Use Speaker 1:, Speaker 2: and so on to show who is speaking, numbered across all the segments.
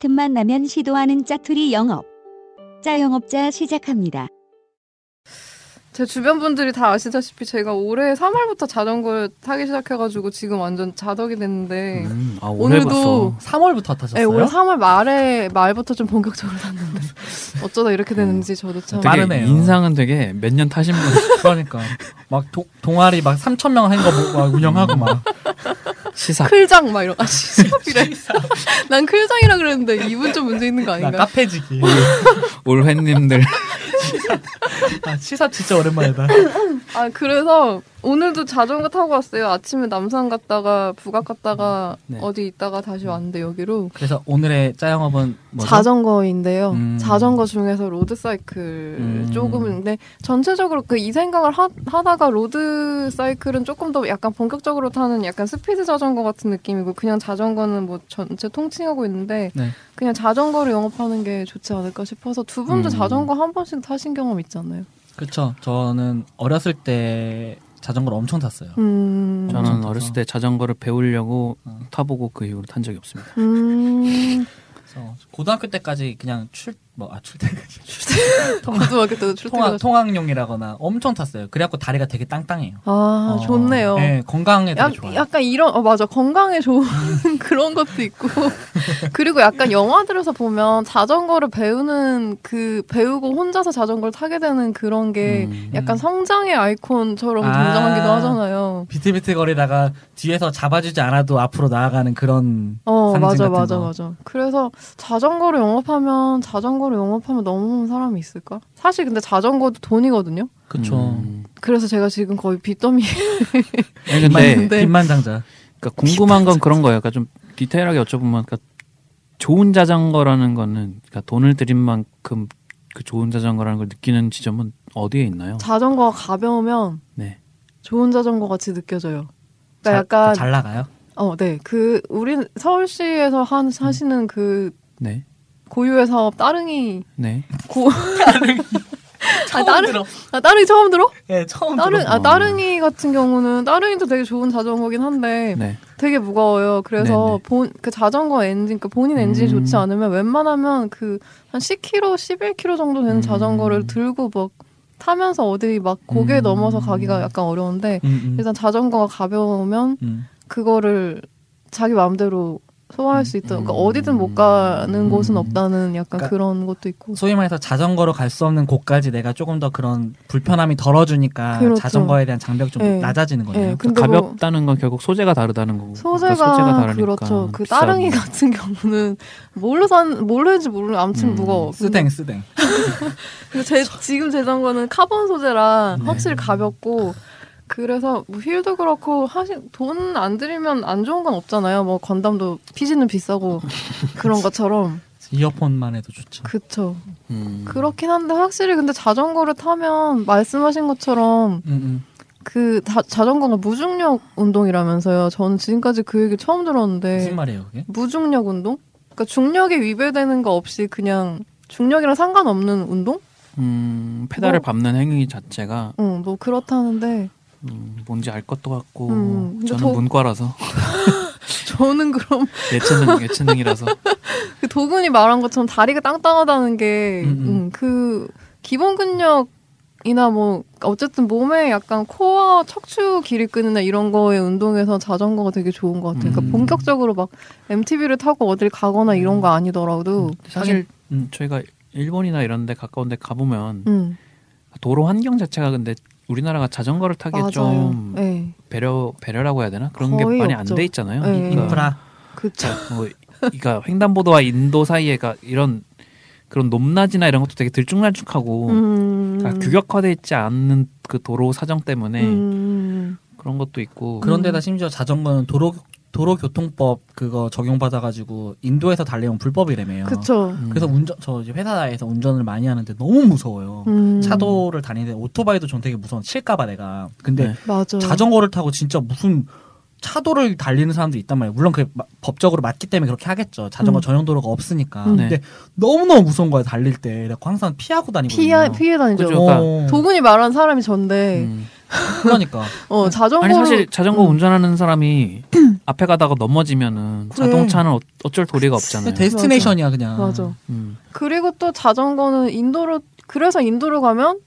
Speaker 1: 틈만 나면 시도하는 짜투리 영업. 짜영업자 시작합니다.
Speaker 2: 제 주변 분들이 다 아시다시피 제가 올해 3월부터 자전거를 타기 시작해가지고 지금 완전 자덕이 됐는데
Speaker 3: 음, 아, 오늘
Speaker 2: 네. 오늘도-
Speaker 3: 봤어. 3월부터 타셨어요?
Speaker 2: 네, 올해 3월 말에 말부터 좀 본격적으로 탔는데 어쩌다 이렇게 되는지 저도 참
Speaker 3: 되게
Speaker 4: 빠르네요.
Speaker 3: 인상은 되게 몇 년 타신 분
Speaker 4: 그러니까 막 도, 동아리 막 3천 명 한 거 막 운영하고 막
Speaker 3: 시사
Speaker 2: 클장 막 이런 아 시섭이래 난 클장이라 그랬는데 이분 좀 문제 있는 거
Speaker 4: 나
Speaker 2: 아닌가?
Speaker 4: 카페지기.
Speaker 3: 올회님들
Speaker 4: 아, 시사 진짜 오랜만이다.
Speaker 2: 아 그래서 오늘도 자전거 타고 왔어요. 아침에 남산 갔다가 부각 갔다가
Speaker 3: 네.
Speaker 2: 어디 있다가 다시 왔는데 여기로
Speaker 4: 그래서 오늘의 짜영업은 뭐죠?
Speaker 2: 자전거인데요.
Speaker 3: 음.
Speaker 2: 자전거 중에서 로드사이클
Speaker 3: 음.
Speaker 2: 조금인데 전체적으로 그 이 생각을 하, 하다가 로드사이클은 조금 더 약간 본격적으로 타는 약간 스피드 자전거 같은 느낌이고 그냥 자전거는 뭐 전체 통칭하고 있는데
Speaker 4: 네.
Speaker 2: 그냥 자전거를 영업하는 게 좋지 않을까 싶어서 두 분도
Speaker 3: 음.
Speaker 2: 자전거 한 번씩 타신 경험 있잖아요.
Speaker 4: 그렇죠. 저는 어렸을 때 자전거를 엄청 탔어요.
Speaker 2: 음.
Speaker 3: 저는 어렸을 때 자전거를 배우려고 타보고 그 이후로 탄 적이 없습니다.
Speaker 2: 음.
Speaker 4: 그래서 고등학교 때까지 그냥 출뭐아 출퇴까지
Speaker 2: 고등학교 때도 출퇴근.
Speaker 4: 통학 통학용이라거나 엄청 탔어요. 그래갖고 다리가 되게 땅땅해요.
Speaker 2: 아
Speaker 4: 어,
Speaker 2: 좋네요.
Speaker 4: 네, 건강에 되게
Speaker 2: 약,
Speaker 4: 좋아요.
Speaker 2: 약간 이런 어 맞아 건강에 좋은 그런 것도 있고 그리고 약간 영화들에서 보면 자전거를 배우는 그 배우고 혼자서 자전거를 타게 되는 그런 게
Speaker 3: 음.
Speaker 2: 약간 성장의 아이콘처럼
Speaker 4: 아.
Speaker 2: 등장하기도 하잖아요.
Speaker 4: 비틀비틀 거리다가 뒤에서 잡아주지 않아도 앞으로 나아가는 그런
Speaker 2: 어
Speaker 4: 상징
Speaker 2: 맞아
Speaker 4: 같은
Speaker 2: 맞아
Speaker 4: 거.
Speaker 2: 맞아. 그래서 자전거를 영업하면 자전거를 영업하면 넘어오는 사람이 있을까? 사실 근데 자전거도 돈이거든요.
Speaker 4: 그쵸.
Speaker 3: 음.
Speaker 2: 그래서 제가 지금 거의 빚더미.
Speaker 4: 어.
Speaker 3: 아니, 근데
Speaker 2: 맞는데. 네.
Speaker 4: 빈만장자.
Speaker 3: 그러니까 궁금한 건 그런 거예요. 그러니까 좀 디테일하게 여쭤보면 그러니까 좋은 자전거라는 거는 그러니까 돈을 들인 만큼 그 좋은 자전거라는 걸 느끼는 지점은 어디에 있나요?
Speaker 2: 자전거가 가벼우면
Speaker 3: 네.
Speaker 2: 좋은 자전거 같이 느껴져요.
Speaker 4: 자-
Speaker 2: 그러니까 약간
Speaker 4: 잘 나가요?
Speaker 2: 어, 네. 그 우리 서울시에서 한 사시는 그
Speaker 3: 네.
Speaker 2: 고유의 사업 따릉이
Speaker 3: 네.
Speaker 2: 고 아, 따릉
Speaker 4: 들어.
Speaker 2: 아, 따릉이 처음 들어?
Speaker 4: 예, 처음
Speaker 2: 따릉
Speaker 4: 들어.
Speaker 2: 아 따릉이 같은 경우는 따릉이도 되게 좋은 자전거긴 한데
Speaker 3: 네.
Speaker 2: 되게 무거워요.
Speaker 3: 네,
Speaker 2: 그래서
Speaker 3: 네.
Speaker 2: 본 그 자전거 엔진 그 본인 엔진이
Speaker 3: 음.
Speaker 2: 좋지 않으면 웬만하면 그 한 10km, 11km 정도 되는
Speaker 3: 음.
Speaker 2: 자전거를 들고 막 타면서 어디 막 고개
Speaker 3: 음.
Speaker 2: 넘어서 가기가 약간 어려운데
Speaker 4: 음, 음,
Speaker 2: 일단 자전거가 가벼우면
Speaker 4: 음.
Speaker 2: 그거를 자기 마음대로 소화할 수 있다. 그러니까 어디든 못 가는
Speaker 3: 음.
Speaker 2: 곳은 없다는 약간
Speaker 4: 그러니까
Speaker 2: 그런 것도 있고.
Speaker 4: 소위 말해서 자전거로 갈 수 없는 곳까지 내가 조금 더 그런 불편함이 덜어주니까
Speaker 2: 그렇죠.
Speaker 4: 자전거에 대한 장벽이 좀
Speaker 2: 네.
Speaker 4: 낮아지는
Speaker 2: 예,
Speaker 4: 거네요.
Speaker 2: 근데 뭐
Speaker 3: 그러니까 가볍다는 건 결국 소재가 다르다는 거고. 그러니까
Speaker 2: 소재가,
Speaker 3: 다르니까
Speaker 2: 그렇죠. 그
Speaker 3: 비싸고.
Speaker 2: 따릉이 같은 경우는 뭘로 산 뭘로 했는지 모르는 아무튼
Speaker 3: 음.
Speaker 2: 무거워.
Speaker 4: 쓰댕 쓰댕.
Speaker 2: 근데 제 지금 제 장거는 카본 소재라
Speaker 3: 네.
Speaker 2: 확실히 가볍고 그래서 뭐 휠도 그렇고 하신 돈 안 들이면 안 좋은 건 없잖아요. 뭐 건담도 피지는 비싸고 그런 것처럼
Speaker 4: 이어폰만 해도 좋죠.
Speaker 2: 그쵸.
Speaker 3: 음.
Speaker 2: 그렇긴 한데 확실히 근데 자전거를 타면 말씀하신 것처럼
Speaker 4: 음, 음.
Speaker 2: 그 다- 자전거가 무중력 운동이라면서요. 저는 지금까지 그 얘기 처음
Speaker 4: 무슨
Speaker 2: 들었는데
Speaker 4: 말이에요 그게?
Speaker 2: 무중력 운동? 그러니까 중력에 위배되는 거 없이 그냥 중력이랑 상관없는 운동?
Speaker 3: 음, 페달을
Speaker 2: 뭐-
Speaker 3: 밟는 행위 자체가
Speaker 2: 응, 뭐 그렇다는데
Speaker 3: 음, 뭔지 알 것도 같고
Speaker 2: 음, 근데
Speaker 3: 저는
Speaker 2: 더-
Speaker 3: 문과라서
Speaker 2: 저는 그럼
Speaker 3: 예체능 예체능이라서
Speaker 2: 그 도근이 말한 것처럼 다리가 땅땅하다는 게
Speaker 4: 음, 음.
Speaker 2: 응, 그 기본 근력이나 뭐 어쨌든 몸에 약간 코어 척추 길이 끄는나 이런 거에 운동에서 자전거가 되게 좋은 것 같아요.
Speaker 3: 음.
Speaker 2: 그러니까 본격적으로 막 MTB를 타고 어딜 가거나 이런 거 아니더라도
Speaker 3: 사실
Speaker 4: 음.
Speaker 3: 저희가 일본이나 이런 데 가까운 데 가보면
Speaker 2: 응.
Speaker 3: 도로 환경 자체가 근데 우리나라가 자전거를 타기에 좀
Speaker 2: 네.
Speaker 3: 배려 배려라고 해야 되나 그런 게
Speaker 2: 거의
Speaker 3: 많이 안
Speaker 2: 없죠.
Speaker 3: 돼 있잖아요.
Speaker 2: 네.
Speaker 3: 그러니까
Speaker 4: 인프라.
Speaker 2: 그쵸.
Speaker 3: 뭐 그러니까 횡단보도와 인도 사이에가 이런 그런 높낮이나 이런 것도 되게 들쭉날쭉하고
Speaker 2: 음.
Speaker 3: 그러니까 규격화돼 있지 않는 그 도로 사정 때문에
Speaker 2: 음.
Speaker 3: 그런 것도 있고
Speaker 4: 그런데다 심지어 자전거는 도로 도로교통법 그거 적용받아가지고 인도에서 달리면 불법이라며요.
Speaker 2: 그쵸.
Speaker 3: 음.
Speaker 4: 그래서 운전 저 이제 회사에서 운전을 많이 하는데 너무 무서워요.
Speaker 2: 음.
Speaker 4: 차도를 다니는데 오토바이도 전 되게 무서워 칠까봐 내가. 근데
Speaker 3: 네.
Speaker 2: 맞아.
Speaker 4: 자전거를 타고 진짜 무슨 차도를 달리는 사람도 있단 말이에요. 물론 그게 마- 법적으로 맞기 때문에 그렇게 하겠죠. 자전거
Speaker 2: 음.
Speaker 4: 전용 도로가 없으니까.
Speaker 2: 음.
Speaker 4: 근데 너무너무 무서운 거야 달릴 때. 그래서 항상 피하고 다니고.
Speaker 2: 피해, 피해 다니죠.
Speaker 3: 그죠. 그러니까
Speaker 2: 도군이 말한 사람이 전데
Speaker 3: 음.
Speaker 4: 그러니까
Speaker 2: 어 네. 자전거
Speaker 3: 아니 사실 자전거
Speaker 2: 음.
Speaker 3: 운전하는 사람이 앞에 가다가 넘어지면은
Speaker 4: 그래.
Speaker 3: 자동차는 어, 어쩔 도리가
Speaker 4: 그냥
Speaker 3: 없잖아요.
Speaker 4: 데스티네이션이야 그냥.
Speaker 2: 맞아.
Speaker 3: 음.
Speaker 2: 그리고 또 자전거는 인도로 그래서 인도로 가면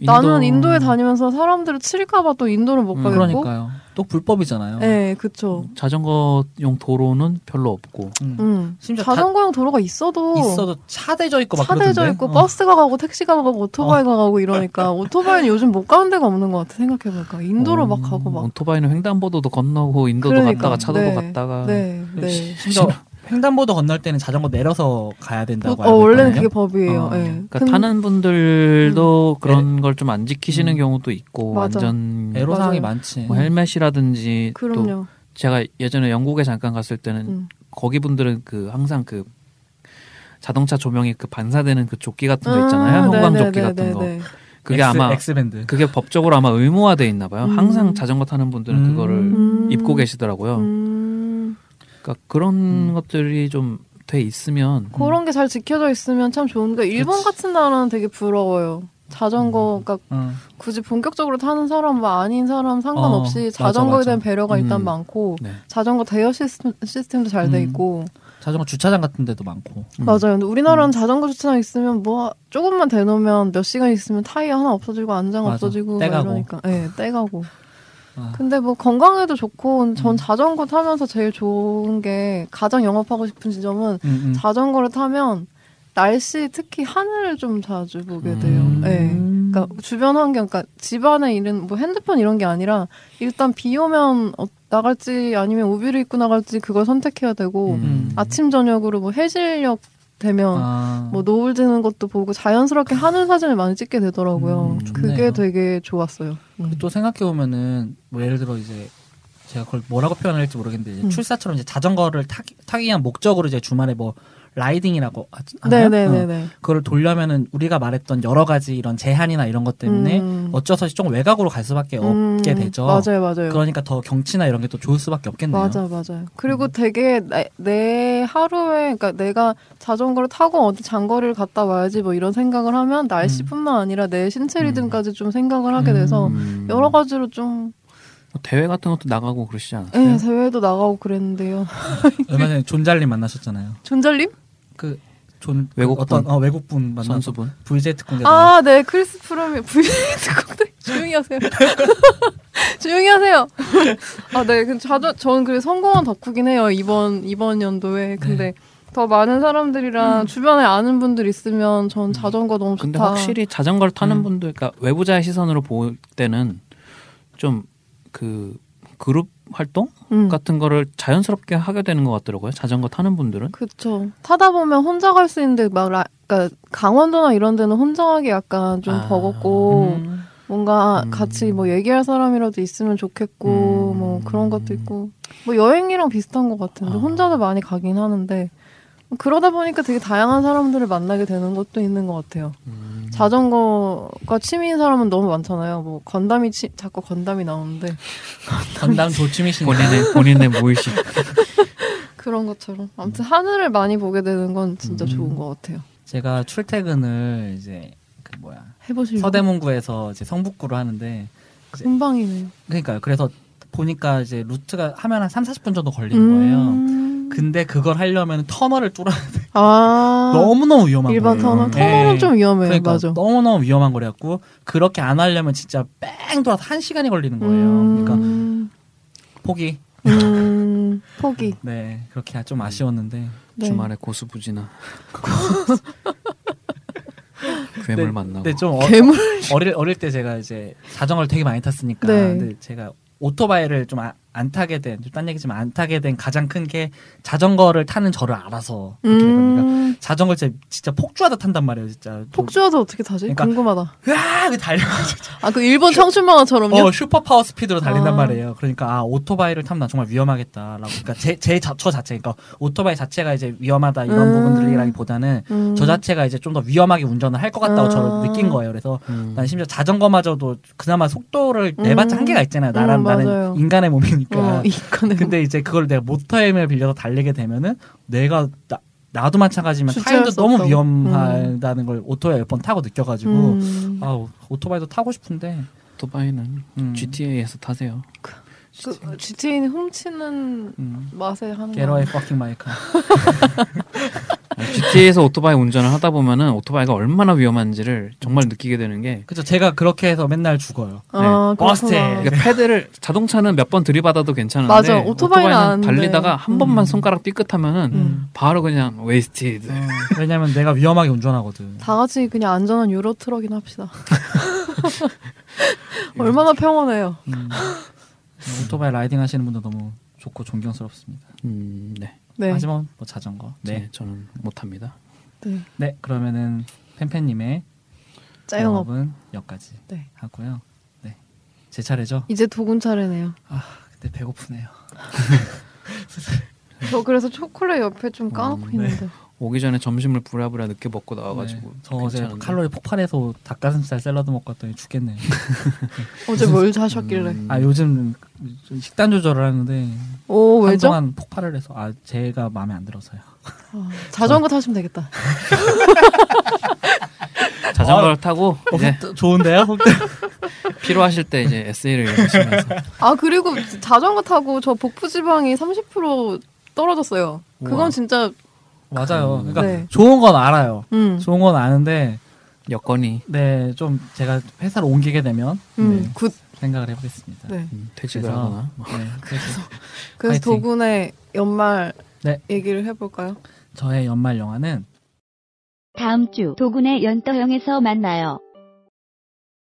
Speaker 3: 인도-
Speaker 2: 나는 인도에 다니면서 사람들을 칠까봐 또 인도를 못
Speaker 3: 음.
Speaker 2: 가겠고.
Speaker 4: 그러니까요. 또 불법이잖아요.
Speaker 2: 네, 그쵸.
Speaker 3: 자전거용 도로는 별로 없고
Speaker 4: 음.
Speaker 2: 음.
Speaker 4: 심지어 다
Speaker 2: 자전거용 도로가 있어도
Speaker 4: 있어도 차대져 있고 막
Speaker 2: 차대져
Speaker 4: 그러던데.
Speaker 2: 있고
Speaker 4: 어.
Speaker 2: 버스가 가고 택시가 가고
Speaker 3: 어.
Speaker 2: 오토바이가 가고 이러니까 오토바이는 요즘 못 가는 데가 없는 것 같아 생각해보니까 인도로 막 가고 막
Speaker 3: 음, 오토바이는 횡단보도도 건너고 인도도
Speaker 2: 그러니까,
Speaker 3: 갔다가 차도도
Speaker 2: 네.
Speaker 3: 갔다가
Speaker 2: 네, 네.
Speaker 4: 심지어 횡단보도 건널 때는 자전거 내려서 가야
Speaker 2: 보-
Speaker 4: 된다고
Speaker 2: 어,
Speaker 4: 알고
Speaker 2: 원래는
Speaker 4: 있거든요.
Speaker 2: 그게 법이에요.
Speaker 4: 어,
Speaker 2: 예.
Speaker 3: 그러니까
Speaker 2: 근-
Speaker 3: 타는 분들도 그런 걸 좀 안 지키시는 경우도 있고
Speaker 2: 네. 음. 맞아.
Speaker 3: 완전
Speaker 4: 애로 사항이
Speaker 2: 맞아요.
Speaker 4: 많지.
Speaker 3: 뭐 헬멧이라든지 또
Speaker 2: 그럼요.
Speaker 3: 제가 예전에 영국에 잠깐 갔을 때는
Speaker 2: 음.
Speaker 3: 거기 분들은 그 항상 그 자동차 조명이 그 반사되는 그 조끼 같은 거 있잖아요.
Speaker 2: 네,
Speaker 3: 형광 조끼 같은 거. 그게 아마
Speaker 4: 엑스밴드.
Speaker 3: 그게 법적으로 아마 의무화돼 있나 봐요.
Speaker 2: 음.
Speaker 3: 항상 자전거 타는 분들은
Speaker 4: 음.
Speaker 3: 그거를 입고 계시더라고요.
Speaker 2: 네. 음.
Speaker 3: 그러니까 그런
Speaker 4: 음.
Speaker 3: 것들이 좀 돼 있으면
Speaker 2: 그런 게 잘 지켜져 있으면 참 좋은데 일본
Speaker 4: 그치. 음.
Speaker 2: 같은 나라는 되게 부러워요. 자전거, 그러니까
Speaker 4: 응.
Speaker 2: 굳이 본격적으로 타는 사람, 뭐 아닌 사람 상관없이
Speaker 4: 어, 맞아,
Speaker 2: 자전거에
Speaker 4: 맞아.
Speaker 2: 대한 배려가 일단
Speaker 3: 음.
Speaker 2: 많고
Speaker 3: 네.
Speaker 2: 자전거 대여 시스템, 시스템도 잘 돼
Speaker 4: 음.
Speaker 2: 있고
Speaker 4: 자전거 주차장 같은 데도 많고.
Speaker 3: 음.
Speaker 2: 맞아요. 근데 우리나라는 자전거 주차장 있으면 뭐 조금만 대놓으면 몇 시간 있으면 타이어 하나 없어지고 안장
Speaker 4: 맞아.
Speaker 2: 없어지고 막
Speaker 4: 떼가고.
Speaker 2: 이러니까 예, 떼가고.
Speaker 4: 아.
Speaker 2: 근데 뭐 건강에도 좋고 전
Speaker 4: 음.
Speaker 2: 자전거 타면서 제일 좋은 게 가장 영업하고 싶은 지점은
Speaker 4: 음, 음.
Speaker 2: 자전거를 타면 날씨 특히 하늘을 좀 자주 보게 돼요.
Speaker 3: 음.
Speaker 2: 예. 그러니까 주변 환경, 그러니까 집안에 이런 뭐 핸드폰 이런 게 아니라 일단 비 오면 어- 나갈지 아니면 우비를 입고 나갈지 그걸 선택해야 되고
Speaker 4: 음.
Speaker 2: 아침 저녁으로 뭐 해질녘 되면
Speaker 4: 아.
Speaker 2: 뭐 노을 지는 것도 보고 자연스럽게 하늘 사진을 많이 찍게 되더라고요.
Speaker 3: 음,
Speaker 4: 좋네요.
Speaker 2: 그게 되게 좋았어요. 음.
Speaker 4: 또 생각해 보면은 뭐 예를 들어 이제 제가 그걸 뭐라고 표현할지 모르겠는데 이제
Speaker 2: 음.
Speaker 4: 출사처럼 이제 자전거를 타기, 타기 위한 목적으로 이제 주말에 뭐 라이딩이라고 하- 하나요? 어.
Speaker 2: 네네네네.
Speaker 4: 그걸 돌려면은 우리가 말했던 여러 가지 이런 제한이나 이런 것 때문에
Speaker 2: 음.
Speaker 4: 어쩌서 좀 외곽으로 갈 수밖에 없게
Speaker 2: 음,
Speaker 4: 되죠.
Speaker 2: 맞아요, 맞아요.
Speaker 4: 그러니까 더 경치나 이런 게 또 좋을 수밖에 없겠네요.
Speaker 2: 맞아, 맞아요. 그리고 되게 내, 내 하루에, 그러니까 내가 자전거를 타고 어디 장거리를 갔다 와야지 뭐 이런 생각을 하면 날씨뿐만 아니라 내 신체
Speaker 3: 음.
Speaker 2: 리듬까지 좀 생각을 하게
Speaker 4: 음.
Speaker 2: 돼서
Speaker 3: 음.
Speaker 2: 여러 가지로 좀,
Speaker 3: 뭐 대회 같은 것도 나가고 그러시지 않아요?
Speaker 2: 예, 대회도 나가고 그랬는데요.
Speaker 4: 얼마 전에 존잘님 만나셨잖아요.
Speaker 2: 존잘님?
Speaker 4: 그 존
Speaker 3: 외국분.
Speaker 4: 어떤 어, 외국분
Speaker 2: 네.
Speaker 4: 만나서
Speaker 3: 선수분
Speaker 4: VJ 특공대 나와서
Speaker 2: 아, 네, 크리스 프롬이 VJ 조용히 하세요. 조용히 하세요. 아, 네, 근데 자주 저는 그래 성공한 덕후긴 해요 이번 이번
Speaker 3: 네.
Speaker 2: 연도에. 근데 더 많은 사람들이랑 주변에 아는 분들 있으면 전 자전거 너무 좋다.
Speaker 3: 음. 근데 확실히 자전거를 타는
Speaker 4: 음.
Speaker 3: 분들 그러니까 외부자의 시선으로 볼 때는 좀 그 그룹 활동
Speaker 2: 음.
Speaker 3: 같은 거를 자연스럽게 하게 되는 것 같더라고요. 자전거 타는 분들은.
Speaker 2: 그쵸. 타다 보면 혼자 갈 수 있는데 막 라, 그러니까 강원도나 이런 데는 혼자 가기 약간 좀
Speaker 3: 아,
Speaker 2: 버겁고
Speaker 4: 음.
Speaker 2: 뭔가
Speaker 3: 음.
Speaker 2: 같이 뭐 얘기할 사람이라도 있으면 좋겠고
Speaker 3: 음.
Speaker 2: 뭐 그런 것도 있고 뭐 여행이랑 비슷한 것 같은데
Speaker 3: 아.
Speaker 2: 혼자도 많이 가긴 하는데 그러다 보니까 되게 다양한 사람들을 만나게 되는 것도 있는 것 같아요.
Speaker 4: 음.
Speaker 2: 자전거가 취미인 사람은 너무 많잖아요. 뭐 건담이 취- 자꾸 건담이 나오는데
Speaker 4: 건담 조치미신
Speaker 3: 본인의 본인의 음. 네, 무의식.
Speaker 2: 그런 것처럼 아무튼 하늘을 많이 보게 되는 건 진짜
Speaker 4: 음.
Speaker 2: 좋은 것 같아요.
Speaker 4: 제가 출퇴근을 이제 그 뭐야
Speaker 2: 해보실
Speaker 4: 서대문구에서 이제 성북구로 하는데
Speaker 2: 금방이네요.
Speaker 4: 그러니까요. 그래서 보니까 이제 루트가 하면 한 3, 40분 정도 걸리는 거예요.
Speaker 2: 음.
Speaker 4: 근데 그걸 하려면 터널을 뚫어
Speaker 2: 아
Speaker 4: 너무너무 위험한
Speaker 2: 일반
Speaker 4: 거예요.
Speaker 2: 터널
Speaker 3: 음.
Speaker 2: 터널은
Speaker 4: 예.
Speaker 2: 좀 위험해요.
Speaker 4: 그러니까
Speaker 2: 맞아.
Speaker 4: 너무너무 위험한 거래갖고 그렇게 안 하려면 진짜 뺑 돌아서 한 시간이 걸리는 거예요. 그러니까
Speaker 2: 음.
Speaker 4: 포기.
Speaker 2: 음, 포기.
Speaker 4: 네 그렇게 좀 아쉬웠는데
Speaker 2: 네.
Speaker 3: 주말에 고수부지나 괴물
Speaker 4: 네,
Speaker 3: 만나고.
Speaker 4: 근데 좀 어,
Speaker 2: 괴물.
Speaker 4: 어릴 어릴 때 제가 이제 자전거를 되게 많이 탔으니까
Speaker 2: 네.
Speaker 4: 근데 제가 오토바이를 좀 안 타게 된딴 얘기지만 안 타게 된 가장 큰 게 자전거를 타는 저를 알아서 그렇게 된 겁니다.
Speaker 2: 음.
Speaker 4: 자전거를 진짜, 진짜 폭주하다 탄단 말이에요 진짜
Speaker 2: 폭주하서 어떻게 타지?
Speaker 4: 그러니까-
Speaker 2: 궁금하다.
Speaker 4: 으아 달려
Speaker 2: 아 그 일본 청춘 만화처럼요?
Speaker 4: 어 슈퍼 파워 스피드로 달린단
Speaker 2: 아.
Speaker 4: 말이에요 그러니까 아 오토바이를 타면 나 정말 위험하겠다라고 그러니까 제제저 자체 그러니까 오토바이 자체가 이제 위험하다 이런
Speaker 2: 음.
Speaker 4: 부분들이라기보다는
Speaker 2: 음.
Speaker 4: 저 자체가 이제 좀 더 위험하게 운전을 할 것 같다고
Speaker 2: 아.
Speaker 4: 저를 아, 느낀 거예요 그래서
Speaker 3: 음.
Speaker 4: 난 심지어 자전거마저도 그나마 속도를 내봤자
Speaker 2: 음.
Speaker 4: 한계가 있잖아요. 나란
Speaker 2: 음, 맞아요.
Speaker 4: 나는 인간의 몸이니까.
Speaker 2: 어, 이거는.
Speaker 4: 아, 근데 이제 그걸 내가 모터힘을 빌려서 달리게 되면은 내가 나, 도 마찬가지지만
Speaker 2: 주체할
Speaker 4: 타임도
Speaker 2: 수
Speaker 4: 너무
Speaker 2: 없다고. 음.
Speaker 4: 위험하다는 걸 오토바이 몇 번 타고 느껴가지고
Speaker 2: 음.
Speaker 4: 아 오토바이도 타고 싶은데
Speaker 3: 오토바이는
Speaker 4: 음.
Speaker 3: GTA에서 타세요.
Speaker 2: 그 GTA는 훔치는
Speaker 4: 음.
Speaker 2: 맛에 하는 거.
Speaker 4: 게러의 퍼킹 마이크.
Speaker 3: GTA에서 오토바이 운전을 하다 보면은 오토바이가 얼마나 위험한지를 정말 느끼게 되는 게
Speaker 4: 그죠. 제가 그렇게 해서 맨날 죽어요.
Speaker 2: 아,
Speaker 4: 버스트.
Speaker 2: 그렇구나.
Speaker 3: 그러니까 패드를 자동차는 몇 번 들이받아도 괜찮은데
Speaker 2: 맞아, 오토바이는 안 돼.
Speaker 3: 달리다가 한
Speaker 4: 음.
Speaker 3: 번만 손가락 삐끗하면은
Speaker 4: 음.
Speaker 3: 바로 그냥
Speaker 2: 네.
Speaker 3: 웨이스티드.
Speaker 4: 음, 왜냐면 내가 위험하게 운전하거든.
Speaker 2: 다 같이 그냥 안전한 유로 트럭이나 합시다. 얼마나 평온해요.
Speaker 4: 음. 오토바이 라이딩 하시는 분들 너무 좋고 존경스럽습니다.
Speaker 3: 음, 네.
Speaker 2: 네.
Speaker 4: 하지만 뭐 자전거.
Speaker 3: 네,
Speaker 4: 네.
Speaker 3: 저는 못합니다.
Speaker 2: 네.
Speaker 4: 네. 그러면은 팬팬님의
Speaker 2: 짜영업.
Speaker 4: 영업은 여기까지
Speaker 2: 네.
Speaker 4: 하고요. 네. 제 차례죠.
Speaker 2: 이제 도군 차례네요.
Speaker 4: 아, 근데 배고프네요. 네.
Speaker 2: 저 그래서 초콜릿 옆에 좀 까놓고
Speaker 3: 음,
Speaker 2: 있는데.
Speaker 3: 오기 전에 점심을 부랴부랴 늦게 먹고 나와가지고
Speaker 4: 네. 저 어제
Speaker 3: 괜찮은데.
Speaker 4: 칼로리 폭발해서 닭가슴살 샐러드 먹고 왔더니 죽겠네요.
Speaker 2: 어제 뭘 사셨길래.
Speaker 3: 음,
Speaker 4: 아, 요즘 좀 식단 조절을 하는데
Speaker 2: 오, 어, 왜죠?
Speaker 4: 한동안 폭발을 해서 아, 제가 마음에 안 들어서요.
Speaker 2: 아, 자전거 타시면 되겠다.
Speaker 3: 자전거를 타고
Speaker 4: 어,
Speaker 3: 이제
Speaker 4: 훅- 좋은데요? 훅-
Speaker 3: 필요하실 때 이제 에세이를 읽으시면서
Speaker 2: 아, 그리고 자전거 타고 저 복부지방이 30% 떨어졌어요.
Speaker 4: 우와.
Speaker 2: 그건 진짜,
Speaker 4: 맞아요. 그러니까
Speaker 2: 네.
Speaker 4: 좋은 건 알아요.
Speaker 2: 음,
Speaker 4: 좋은 건 아는데
Speaker 3: 여건이
Speaker 4: 네 좀 제가 회사를 옮기게 되면
Speaker 2: 음,
Speaker 4: 네,
Speaker 2: 굿.
Speaker 4: 생각을 해보겠습니다.
Speaker 2: 네.
Speaker 3: 음, 퇴직을
Speaker 4: 그래서-
Speaker 3: 하거나 뭐.
Speaker 4: 네, 그래서
Speaker 2: 그래서
Speaker 4: 화이팅.
Speaker 2: 도군의 연말
Speaker 4: 네.
Speaker 2: 얘기를 해볼까요?
Speaker 4: 저의 연말 영화는
Speaker 1: 다음 주 도군의 연떠형에서 만나요.